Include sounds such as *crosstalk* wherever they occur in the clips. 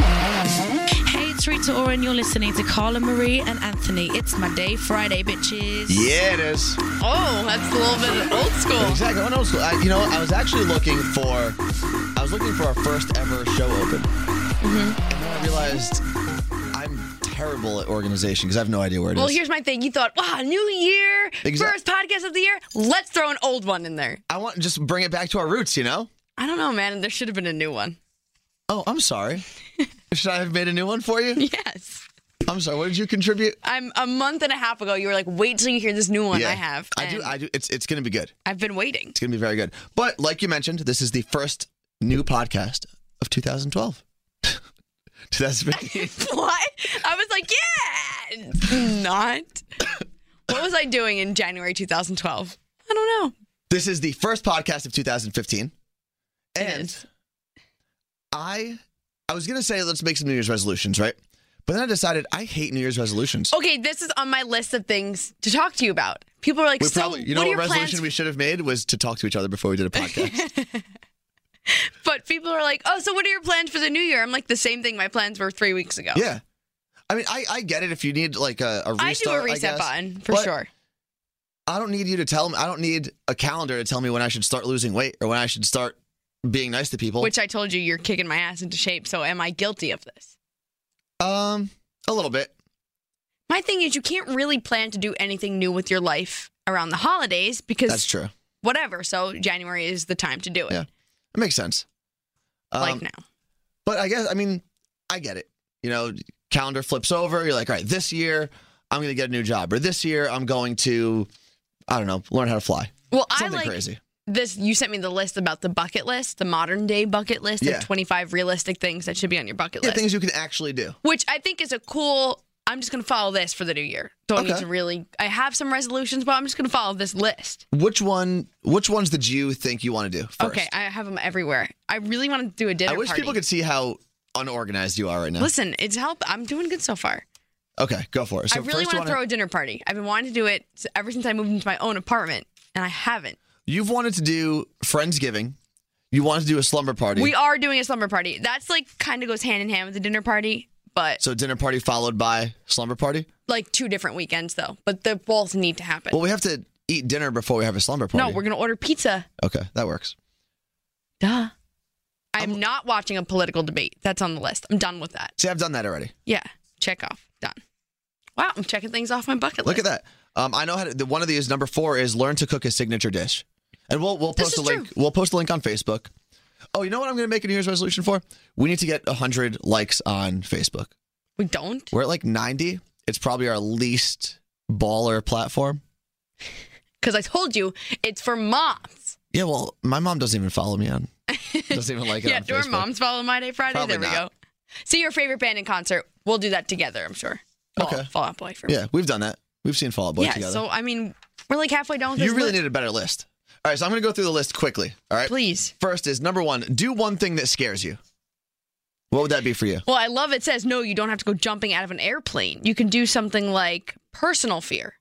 Hey, it's Rita Ora, and you're listening to Carla Marie and Anthony. It's my day, Friday, bitches. Yeah, it is. Oh, that's a little bit old school. Exactly. Oh, no, so I, you know, I was actually looking for, I was looking for our first ever show open, Mm-hmm. and then I realized I'm terrible at organization because I have no idea where it is. Well, here's my thing. You thought, wow, new year, Exact- first podcast of the year. Let's throw an old one in there. I want just bring it back to our roots, you know. I don't know, man. There should have been a new one. Oh, I'm *laughs* sorry. Should I have made a new one for you? Yes. I'm sorry. What did you contribute? I'm a month and a half ago. You were like, wait till you hear this new one I have. I do. and I do. It's it's gonna be good. I've been waiting. *laughs* It's gonna be very good. But like you mentioned, this is the first new podcast of *laughs* 2012. 2015. what? I was like, yeah, not. *coughs* what was I doing in January 2012? I don't know. this is the first podcast of 2015, and is. I I was gonna say let's make some New Year's resolutions, right? But then I decided I hate New Year's resolutions. Okay, this is on my list of things to talk to you about. People are like, we so probably you what know are what your resolution plans? we should have made was to talk to each other before we did *laughs* a podcast. but people are like, oh, so what are your plans for the new year? I'm like, the same thing my plans were three weeks ago. yeah. I mean, I, I get it if you need like a, a restart. I do a guess. reset button for But sure. I don't need you to tell me. I don't need a calendar to tell me when I should start losing weight or when I should start being nice to people. Which I told you, you're kicking my ass into shape. So am I guilty of this? um, a little bit. My thing is, you can't really plan to do anything new with your life around the holidays because That's true. whatever. So January is the time to do it. Yeah. It makes sense. Um, like now. But I guess I mean I get it. You know, calendar flips over. You're like, all right, this year I'm going to get a new job, or this year I'm going to, I don't know, learn how to fly. Well, I Something like crazy. this. You sent me the list about the bucket list, the modern day bucket list Yeah. of 25 realistic things that should be on your bucket Yeah, list, things you can actually do. which I think is a cool. I'm just going to follow this for the new year. Don't need Okay. to really. I have some resolutions, but I'm just going to follow this list. Which one? Which ones did you think you want to do first? Okay, I have them everywhere. I really want to do a dinner I wish party. people could see how unorganized you are right now. Listen, it's help. I'm doing good so far. Okay, go for it. So I really first, want you to throw a dinner party. I've been wanting to do it s- ever since I moved into my own apartment, and I haven't. You've wanted to do Friendsgiving. You wanted to do a slumber party. We are doing a slumber party. That's like kind of goes hand in hand with the dinner party, but so dinner party followed by slumber party. like two different weekends though. But they both need to happen. Well, we have to eat dinner before we have a slumber party. no, we're gonna order pizza. okay. That works. Duh. I'm not watching a political debate. That's on the list. I'm done with that. See, I've done that already. Yeah. Check off. Done. Wow, I'm checking things off my bucket Look at list. that. Um, I know how to. The, one of these number four is learn to cook a signature dish, and we'll we'll This post is a link. We'll post a link on Facebook. Oh, you know what? I'm going to make a New Year's resolution for. We need to get hundred likes on Facebook. We don't. We're at like 90. It's probably our least baller platform. Because I told you it's for moms. Yeah, well, my mom doesn't even follow me *laughs* on. Doesn't even like it. yeah, on do our Facebook. moms follow My Day Friday? Probably there we not. go. See your favorite band in concert. We'll do that together, I'm sure. Fall, Okay. Fall Out Boy for me. Yeah, we've done that. We've seen Fall Out Boy yeah, together. so I mean, we're like halfway done with you this really list. need a better list. All right, so I'm going to go through the list quickly. All right. Please. First is number one. Do one thing that scares you. What would that be for you? Well, I love it says no, you don't have to go jumping out of an airplane. You can do something like personal fear.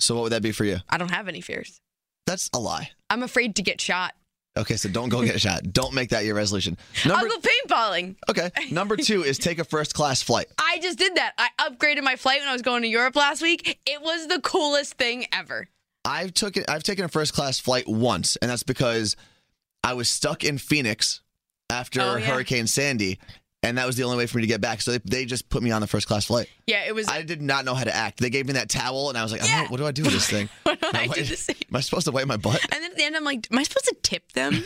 So what would that be for you? I don't have any fears. That's a lie. I'm afraid to get shot. Okay, so don't go *laughs* get shot. Don't make that your resolution. I'll Number go paintballing. *laughs* okay. Number two is take a first class flight. I just did that. I upgraded my flight when I was going to Europe last week. It was the coolest thing ever. I've took it. I've taken a first class flight once, and that's because I was stuck in Phoenix after Oh, yeah. Hurricane Sandy, and that was the only way for me to get back. So they, they just put me on the first class flight. Yeah, it was. I did not know how to act. They gave me that towel, and I was like, I don't Yeah. know, "What do I do with *laughs* this thing? What do Am I do wiping- *laughs* the same? Am I supposed to wipe my butt?" and then at the end, I'm like, am I supposed to *laughs* tip them?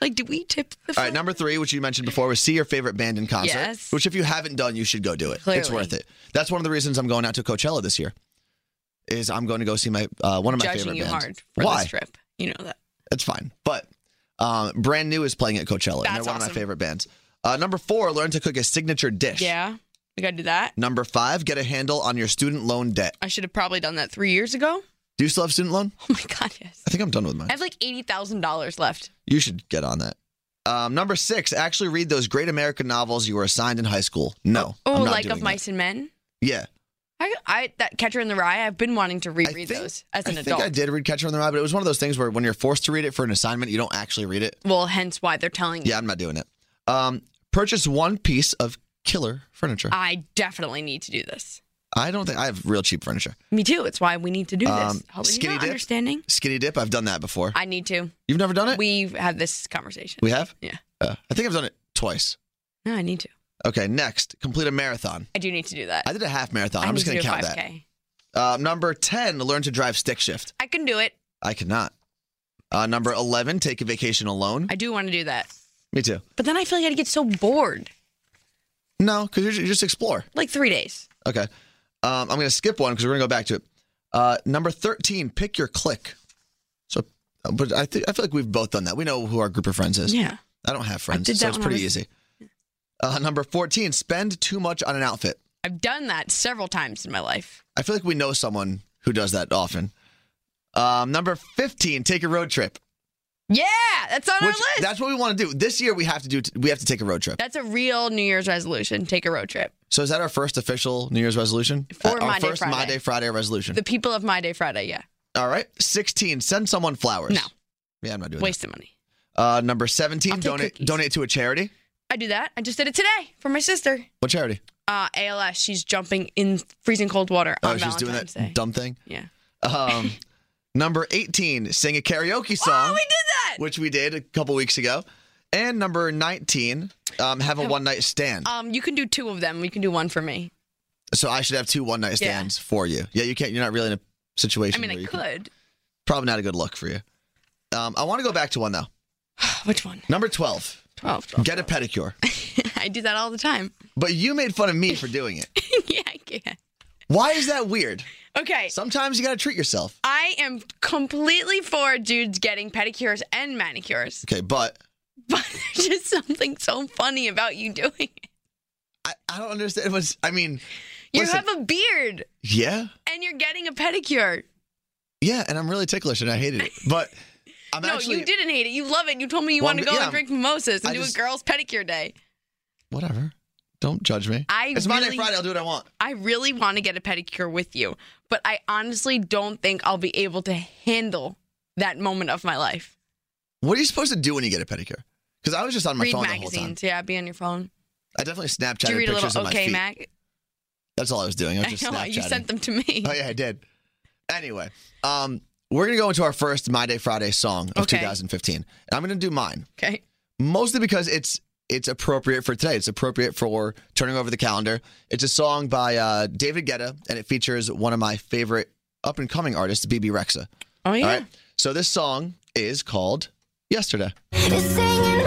like, do we tip the? All right, number three, which you mentioned before, was see your favorite band in concert. Yes. Which, if you haven't done, you should go do it. It's Clearly. worth it. That's one of the reasons I'm going out to Coachella this year. Is I'm going to go see my uh, one of my judging favorite you bands. hard for Why? this trip. You know that. That's fine. But um, brand new is playing at Coachella. and they're That's one of my awesome. favorite bands. Uh, number four, learn to cook a signature dish. Yeah, we gotta do that. Number five, get a handle on your student loan debt. I should have probably done that three years ago. *laughs* Do you still have student loan? Oh my god, yes. I think I'm done with mine. I have like eighty thousand dollars left. You should get on that. Um, number six, actually read those great American novels you were assigned in high school. No. Oh, I'm not like doing of that. mice and men. Yeah. I, I that Catcher in the Rye. I've been wanting to reread those as an I adult. think I did read Catcher in the Rye, but it was one of those things where when you're forced to read it for an assignment, you don't actually read it. Well, hence why they're telling you. Yeah, I'm not doing it. Um, purchase one piece of killer furniture. I definitely need to do this. I don't think I have real cheap furniture. Me too. It's why we need to do this. Um, Hopefully, you're skinny not dip. understanding. Skinny dip, I've done that before. I need to. You've never done it? We've had this conversation. Uh, We have? Yeah. Uh, I think I've done it twice. No, I need to. Okay, next, complete a marathon. I do need to do that. I did a half marathon. I I'm just need going to do a count 5K. that. Uh, number 10, learn to drive stick shift. I can do it. I could not. Uh, number 11, take a vacation alone. I do want to do that. Me too. But then I feel like I'd get so bored. No, because you ju- you just explore. Like three days. Okay. Um, I'm going to skip one because we're going to go back to it. Uh, number 13, pick your clique. So, uh, but I, th- I feel like we've both done that. We know who our group of friends is. Yeah. I don't have friends, did so that it's when I pretty was- easy. Uh, number 14, spend too much on an outfit. I've done that several times in my life. I feel like we know someone who does that often. Um, number 15, take a road trip. Yeah, that's on our Which, list. that's what we want to do. This year we have to do t- we have to take a road trip. That's a real New Year's resolution. Take a road trip. So is that our first official New Year's resolution? For Uh, our My Day first My Friday. Day Friday resolution. The people of My Day Friday, yeah. All right. 16, send someone flowers. No. Yeah, I'm not doing Waste the money. that. Uh, number I'll 17, take donate cookies. donate to a charity. I do that. I just did it today for my sister. What charity? Uh, ALS, she's jumping in freezing cold water Oh, on she's doing that Valentine's Day. dumb *laughs* thing. yeah. Um, number 18, sing a karaoke song, Oh, we did that. which we did a couple weeks ago. And number 19, um, have a one night stand. Um, you can do two of them. You can do one for me. so I should have two one night Yeah. stands for you. Yeah, you can't. You're not really in a I situation. mean, where I you can- could. *sighs* probably not a good look for you. Um, I want to go back to one though. Which one? Number 12, *laughs* 12. get a pedicure. *laughs* I do that all the time. *laughs* But you made fun of me for doing it. yeah, I can. Why is that weird? Okay. Sometimes you got to treat yourself. I am completely for dudes getting pedicures and manicures, *laughs* Okay, but but there's just something so funny about you doing it. I, I don't understand what's. I mean, You Listen. have a beard yeah, and you're getting a pedicure. yeah, and I'm really ticklish and I hated it. *laughs* But I'm no, actually you didn't hate it. You love it. You told me you Well, want to I'm- go yeah, and drink mimosas and I do just- a girls' pedicure day. whatever. Don't judge me. I it's Monday, really- Friday. I'll do what I want. I really want to get a pedicure with you, but I honestly don't think I'll be able to handle that moment of my life. What are you supposed to do when you get a pedicure? Because I was just on my read phone the whole time. magazines. Yeah, be on your phone. I definitely Snapchatted Do you read a pictures little of my OK feet. Mac? That's all I was doing. I was just *laughs* I know. Snapchatting. You sent them to me. Oh yeah, I did. Anyway, um, we're gonna go into our first My Day Friday song of Okay. 2015, and I'm gonna do mine Okay. mostly because it's it's appropriate for today. It's appropriate for turning over the calendar. It's a song by uh, David Guetta, and it features one of my favorite up and coming artists, BB Rexa. Oh yeah. All right, so this song is called Yesterday. It's singing, oh,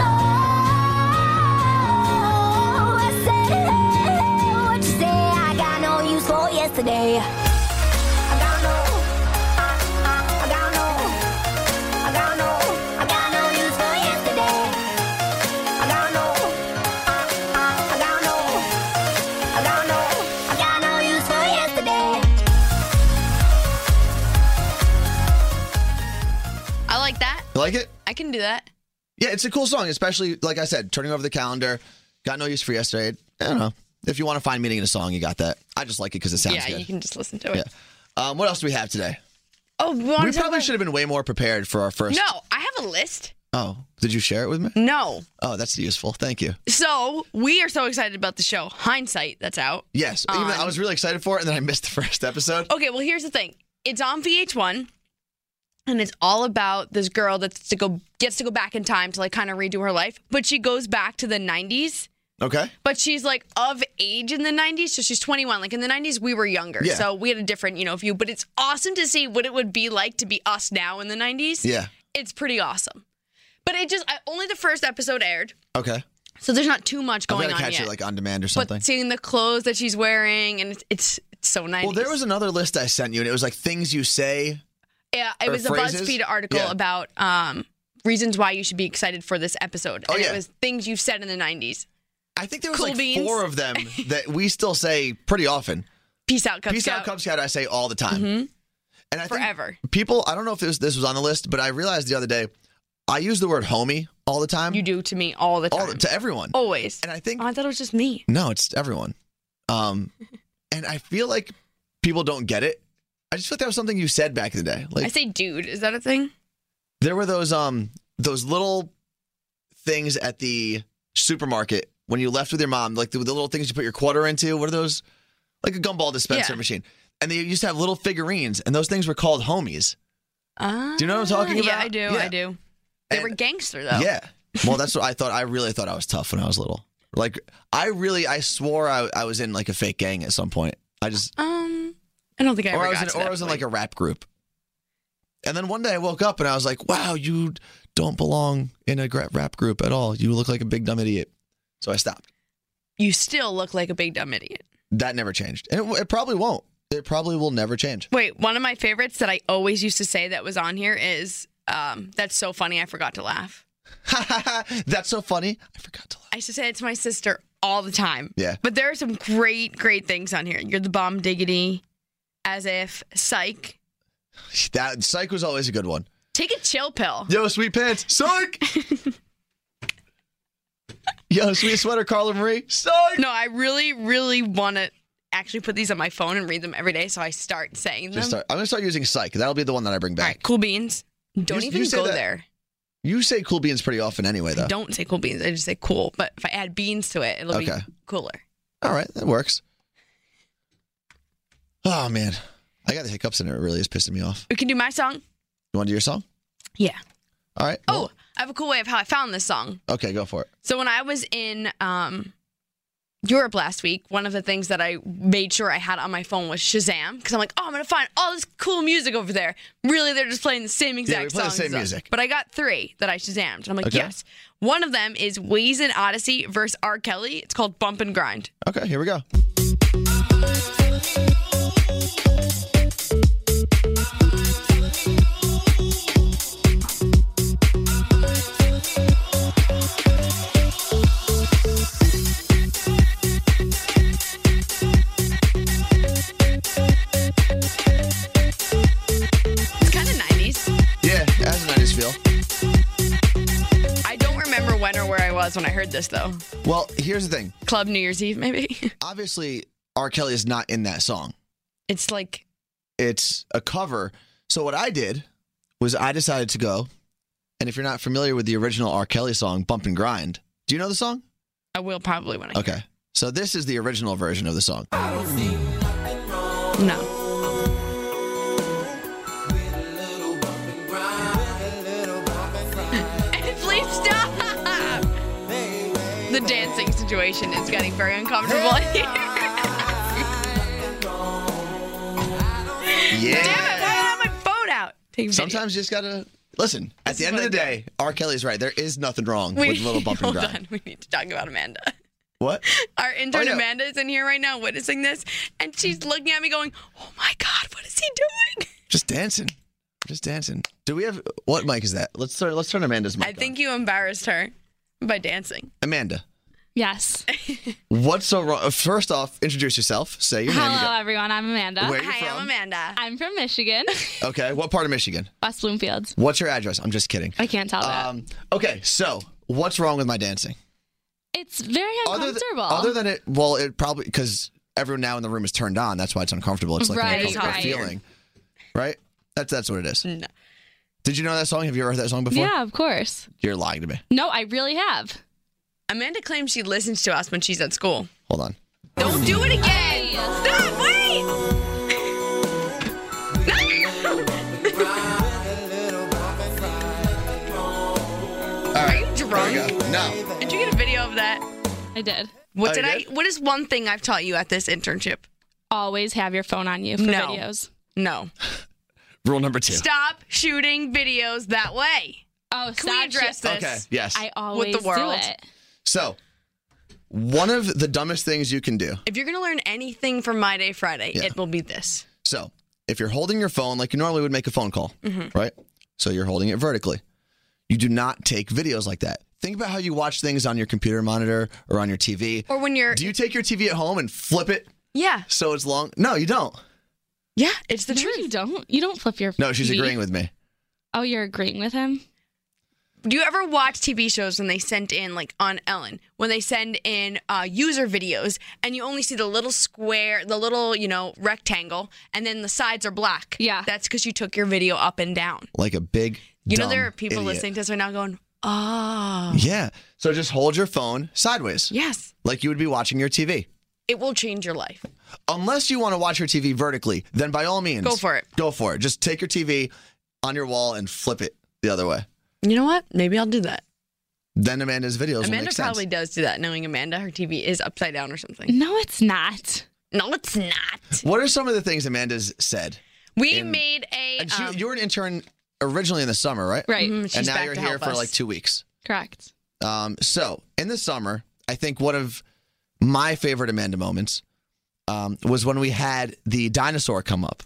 I said, hey, hey, what you say? I got no use for yesterday. I got no, I, I, I got no, I got no, I got no use for yesterday. I got no, I, I, I got no, I got no, I got no use for yesterday. I like that. You like it? I can do that. Yeah, it's a cool song, especially like I said, turning over the calendar. Got no use for yesterday. I don't know. If you want to find meaning in a song, you got that. I just like it because it sounds yeah, good. you can just listen to it. Yeah. Um, what else do we have today? Oh, we, wanna We talk probably about- should have been way more prepared for our first. No, I have a list. Oh, did you share it with me? No. Oh, that's useful. Thank you. So we are so excited about the show Hindsight that's out. Yes. Even though I On- was really excited for it, and then I missed the *laughs* first episode. Okay, well here's the thing. It's on VH1, and it's all about this girl that's to go gets to go back in time to like kind of redo her life, but she goes back to the 90s. Okay. But she's like of age in the 90s, so she's 21. Like in the 90s, we were younger, Yeah. so we had a different, you know, view. But it's awesome to see what it would be like to be us now in the 90s. Yeah. it's pretty awesome. But it just I, only the first episode aired, Okay. so there's not too much I'm going gonna on catch yet. it like on demand or but something. seeing the clothes that she's wearing and it's it's, it's so nice. well, there was another list I sent you, and it was like things you say. yeah, it or was phrases? a BuzzFeed article Yeah. about um reasons why you should be excited for this episode, Oh, and yeah. it was things you've said in the '90s. I think there was Cool like beans. four of *laughs* them that we still say pretty often. Peace out, Cub Peace Scout. Mm-hmm. out, Cub Scout. I say all the time, and I think Forever. people. I don't know if this this was on the list, but I realized the other day I use the word homie all the time, You do Oh, to me all the time, all the, to everyone, always. and I think Oh, I thought it was just me. *laughs* No, it's everyone. Um, and I feel like people don't get it. I just thought that was something you said back in the day. I Like say, dude, is that a thing? there were those um those little things at the supermarket when you left with your mom, like the, the little things you put your quarter into. What are those? Like a gumball dispenser Yeah. machine. And they used to have little figurines, and those things were called homies. Uh, Do you know what I'm talking Yeah, about? I do. Yeah. I do. They And- were gangster though. *laughs* Yeah. Well, that's what I thought. I really thought I was tough when I was little. Like I really, I swore I, I was in like a fake gang at some point. I just, Um, I don't think I ever or I was got in, to or that I was in point. like a rap group. And then one day I woke up and I was like, "Wow, you don't belong in a gra- rap group at all. You look like a big dumb idiot." So I stopped. You still look like a big dumb idiot. That never changed, and it, it probably won't. It probably will never change. *laughs* Wait, one of my favorites that I always used to say that was on here is, um, "That's so funny, I forgot to laugh." That's so funny. I forgot to laugh. I used to say it to my sister all the time. Yeah. But there are some great, great things on here. You're the bomb diggity, as if, psych. *laughs* That psych was always a good one. Take a chill pill. Yo, sweet pants, *laughs* psych. Yo, sweet sweater, Carla Marie, psych. No, I really, really want to actually put these on my phone and read them every day, so I start saying them. Just start, I'm gonna start using psych. That'll be the one that I bring All back. right, cool beans. Don't You- even you say go that- Oh. there. You say cool beans pretty often, anyway, though. Don't say cool beans. I just say cool. But if I add beans to it, it'll Okay. be cooler. All right, that works. Oh man, I got the hiccups in it. It really is pissing me off. We can do my song. You want to do your song? Yeah. All right. Oh, I have a cool way of how I found this song. well, okay, go for it. So when I was in um, Europe last week, one of the things that I made sure I had on my phone was Shazam because I'm like, oh, I'm gonna find all this cool music over there. Really, they're just playing the same exact we play the songs same as us. music. But I got three that I Shazammed, and I'm like, Okay. yes. One of them is Ways and Odyssey versus R. Kelly. It's called Bump and Grind. Okay, here we go. It's kind of 90s. Yeah, as a '90s feel. I don't remember when or where I was when I heard this though. Well, here's the thing. Club New Year's Eve, maybe. *laughs* Obviously, R. Kelly is not in that song. it's like It's a cover. So what I did was I decided to go. And if you're not familiar with the original R. Kelly song "Bump and Grind," do you know the song? I will probably when I. Okay. So this is the original version of the song. No. *laughs* Please stop! The dancing situation is getting very uncomfortable *laughs* here. Damn it, why did I have my phone out? Take a video. Sometimes you just gotta listen. At the end of the day, R. Kelly's right. There is nothing wrong we, with little *laughs* bump and hold grind. on, we need to talk about Amanda. *laughs* What? Our intern Oh, yeah. Amanda is in here right now witnessing this, and she's looking at me going, Oh my god, what is he doing? Just dancing. Just dancing. Do we have what mic is that? Let's turn. Let's turn Amanda's mic. I on. think you embarrassed her by dancing. Amanda. *laughs* Yes. What's so wrong? uh, First off, introduce yourself. Say your name. Hello, again. everyone. I'm Amanda. Where- Are you Hi, from? I'm Amanda. I'm from Michigan, Okay. What part of Michigan? West Bloomfield. What's your address? I'm just kidding. I can't tell Uh, Oh. that. Um. Okay. So what's wrong with my dancing? It's very Other than, uncomfortable. other than it, well, it probably because everyone now in the room is turned on. That's why it's uncomfortable. It's like Right, an uncomfortable right. feeling, right? That's that's what it is. No. Did you know that song? Have you ever heard that song before? yeah, of course. You're lying to me. No, I really have. Amanda claims she listens to us when she's at school. Hold on. Don't do it again! Stop! Wait! *laughs* All right. you There we go. No. Did you get a video of that? I did. Oh, What you did I? did? What is one thing I've taught you at this internship? Always have your phone on you for No. videos. No. Rule number two. Stop shooting videos that way. Oh, Can we address that? this? Okay. Yes. I always world. do it. so, one of the dumbest things you can do. If you're gonna learn anything from My Day Friday, Yeah. it will be this. So, if you're holding your phone like you normally would make a phone call, Mm-hmm. right? So you're holding it vertically. You do not take videos like that. Think about how you watch things on your computer monitor or on your TV. Or when you're, do you take your TV at home and flip it yeah, so it's long? No, you don't. yeah, it's the No, truth. you don't. You don't flip your. No, she's TV. agreeing with me. Oh, you're agreeing with him. do you ever watch TV shows when they sent in like on Ellen when they send in uh, user videos and you only see the little square, the little you know rectangle, and then the sides are black? Yeah. that's because you took your video up and down. like a big. You know dumb there are people idiot. listening to this right now going, oh Yeah. So just hold your phone sideways, yes, like you would be watching your TV. it will change your life. Unless you want to watch your TV vertically, then by all means, Go for it. Go for it. Just take your TV on your wall and flip it the other way. You know what? Maybe I'll do that. Then Amanda's videos will Amanda make sense. Mm. probably does do that, knowing Amanda, her TV is upside down or something. No, it's not. No, it's not. What are some of the things Amanda's said? We In- made a. And she- um, you were an intern originally in the summer, right? Right. mhm, she's and now back you're to here help for us. like two weeks. Correct. Um, so in the summer, I think one of my favorite Amanda moments um, was when we had the dinosaur come up.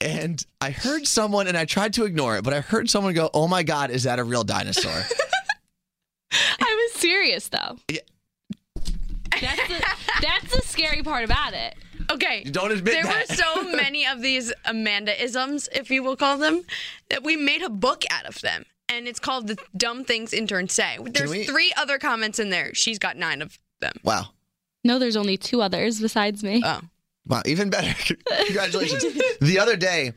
And I heard someone, and I tried to ignore it, but I heard someone go, Oh my God, is that a real dinosaur? I was serious though. Yeah. That's the, that's the scary part about it. Okay. You don't admit there that. *laughs* were so many of these Amanda-isms, if you will call them, that we made a book out of them. And it's called The Dumb Things Interns Say. There's we- three other comments in there. She's got nine of them. wow. No, there's only two others besides me. Oh. Wow, even better. *laughs* Congratulations. the other day,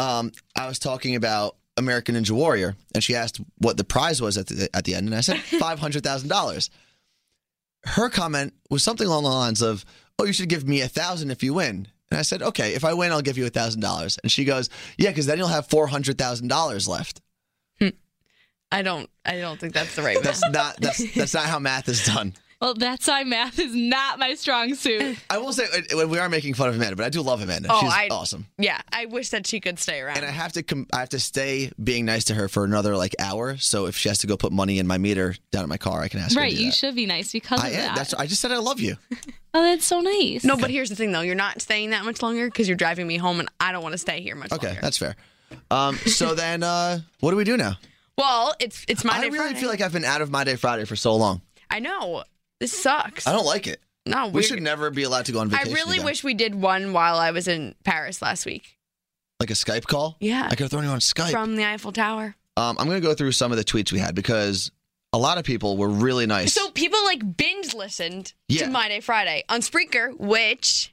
um, I was talking about American Ninja Warrior, and she asked what the prize was at the, at the end, and I *laughs* said $500,000. Her comment was something along the lines of, Oh, you should give me a 1000 if you win. And I said, Okay, if I win, I'll give you a $1,000. And she goes, Yeah, because then you'll have $400,000 left. I don't I don't think that's the right *laughs* That's math. not that's that's not how math is done. Well, that's why math is not my strong suit. I will say uh, we are making fun of Amanda, but I do love Amanda. Oh, She's I- awesome. Yeah, I wish that she could stay around. and I have to com- I have to stay being nice to her for another like hour. So if she has to go put money in my meter down at my car, I can ask her. *laughs* Right, to do you that. should be nice because I of am. that. That's. I just said I love *laughs* you. oh, that's so nice. no, but here's the thing though, you're not staying that much longer because you're driving me home and I don't want to stay here much Okay, longer. that's fair. Um, *laughs* so then, uh, what do we do now? Well, it's it's my I day really Friday. feel like I've been out of my day Friday for so long. I know. This sucks. I don't like it. no, We we're- should never be allowed to go on I vacation. really again. wish we did one while I was in Paris last week. like a Skype call. Yeah. I could have thrown you on Skype. from the Eiffel Tower. um, I'm gonna go through some of the tweets we had because a lot of people were really nice. So people like binge listened Yeah. to My Day Friday on Spreaker, which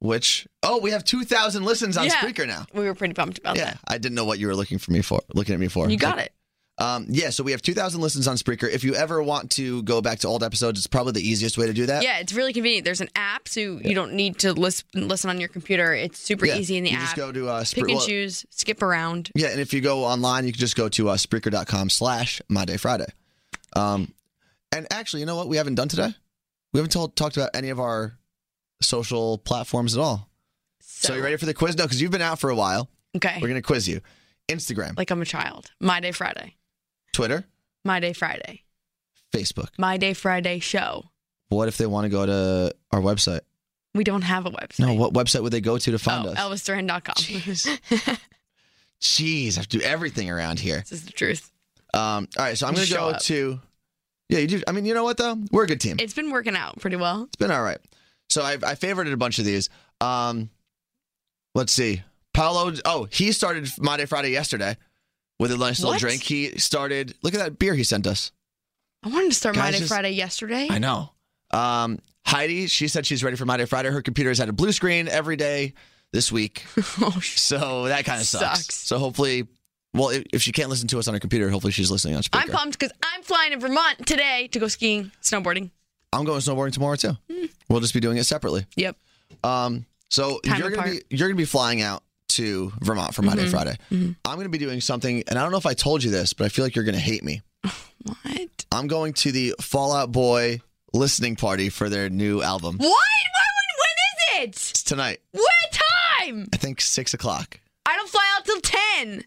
which oh, we have 2,000 listens on Yeah. Spreaker now. we were pretty pumped about Yeah, I didn't know what you were looking for me for. Looking at me for. that. You got Like, it. Um, yeah, so we have 2,000 listens on Spreaker. If you ever want to go back to old episodes, it's probably the easiest way to do that. Yeah, it's really convenient. There's an app, so you don't need to listen listen on your computer. It's super Yeah, easy in the you app. just go to uh, Pick Spre- and well, choose, skip around. Yeah, and if you go online, you can just go to uh, Spreaker.com slash My Day Friday. Um, and actually, you know what we haven't done today? We haven't told, talked about any of our social platforms at all. So, you ready for the quiz? No, because you've been out for a while. Okay. We're going to quiz you. Instagram, like I'm a child. My Day Friday. Twitter, My Day Friday. Facebook. My Day Friday show. What if they want to go to our website? We don't have a website. No, what website would they go to to find Oh, us? ElvisDuran.com. Jeez. *laughs* Jeez, I have to do everything around here. *laughs* this is the truth. Um, all right, so I'm going to Just go show up. to. Yeah, you do. I mean, you know what though? We're a good team. It's been working out pretty well. It's been all right. So I, I favorited a bunch of these. Um, let's see. Paolo. Oh, he started Monday Friday yesterday with a nice little What? drink. He started. Look at that beer he sent us. I wanted to start Guys, My Day just- Friday yesterday. I know. Um, Heidi. She said she's ready for Monday Friday. Her computer's had a blue screen every day this week. *laughs* oh, sh- So that kind of sucks. Sucks. So hopefully, well, if, if she can't listen to us on her computer, hopefully she's listening on speaker. I'm pumped because I'm flying to Vermont today to go skiing, snowboarding. I'm going snowboarding tomorrow too. Hmm. We'll just be doing it separately. Yep. Um, so Time you're gonna apart. be you're gonna be flying out to Vermont for my Mm-hmm. day Friday. I'm gonna be doing something, and I don't know if I told you this, but I feel like you're gonna hate me. What? I'm going to the Fallout Boy listening party for their new album. What? Why would, when is it? It's tonight. What time? I think six o'clock. I don't fly out till 10.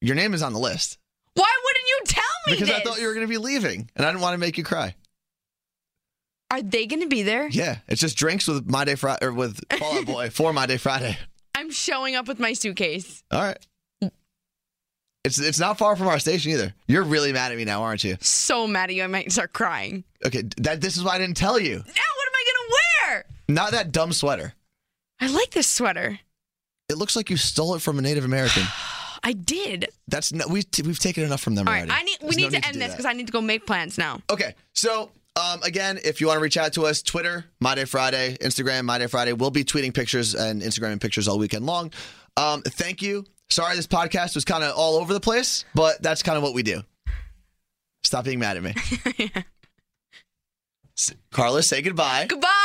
Your name is on the list Why wouldn't you tell me because this? I thought you were gonna be leaving, and I didn't want to make you cry. Are they going to be there? Yeah, it's just drinks with my day Friday or with Fallout Boy for my day Friday. I'm showing up with my suitcase. All right. It's it's not far from our station either. You're really mad at me now, aren't you? So mad at you, I might start crying. Okay, that this is why I didn't tell you. Now, what am I going to wear? Not that dumb sweater. I like this sweater. It looks like you stole it from a Native American. I did. That's no, we t- we've taken enough from them All right, already. I need. We There's no need to end do this that. because I need to go make plans now. Okay. So, um, again, if you want to reach out to us, Twitter, My Day Friday, Instagram, My Day Friday. We'll be tweeting pictures and Instagramming pictures all weekend long. Um, thank you. Sorry this podcast was kind of all over the place, but that's kind of what we do. Stop being mad at me. S- Carla, say goodbye. Goodbye.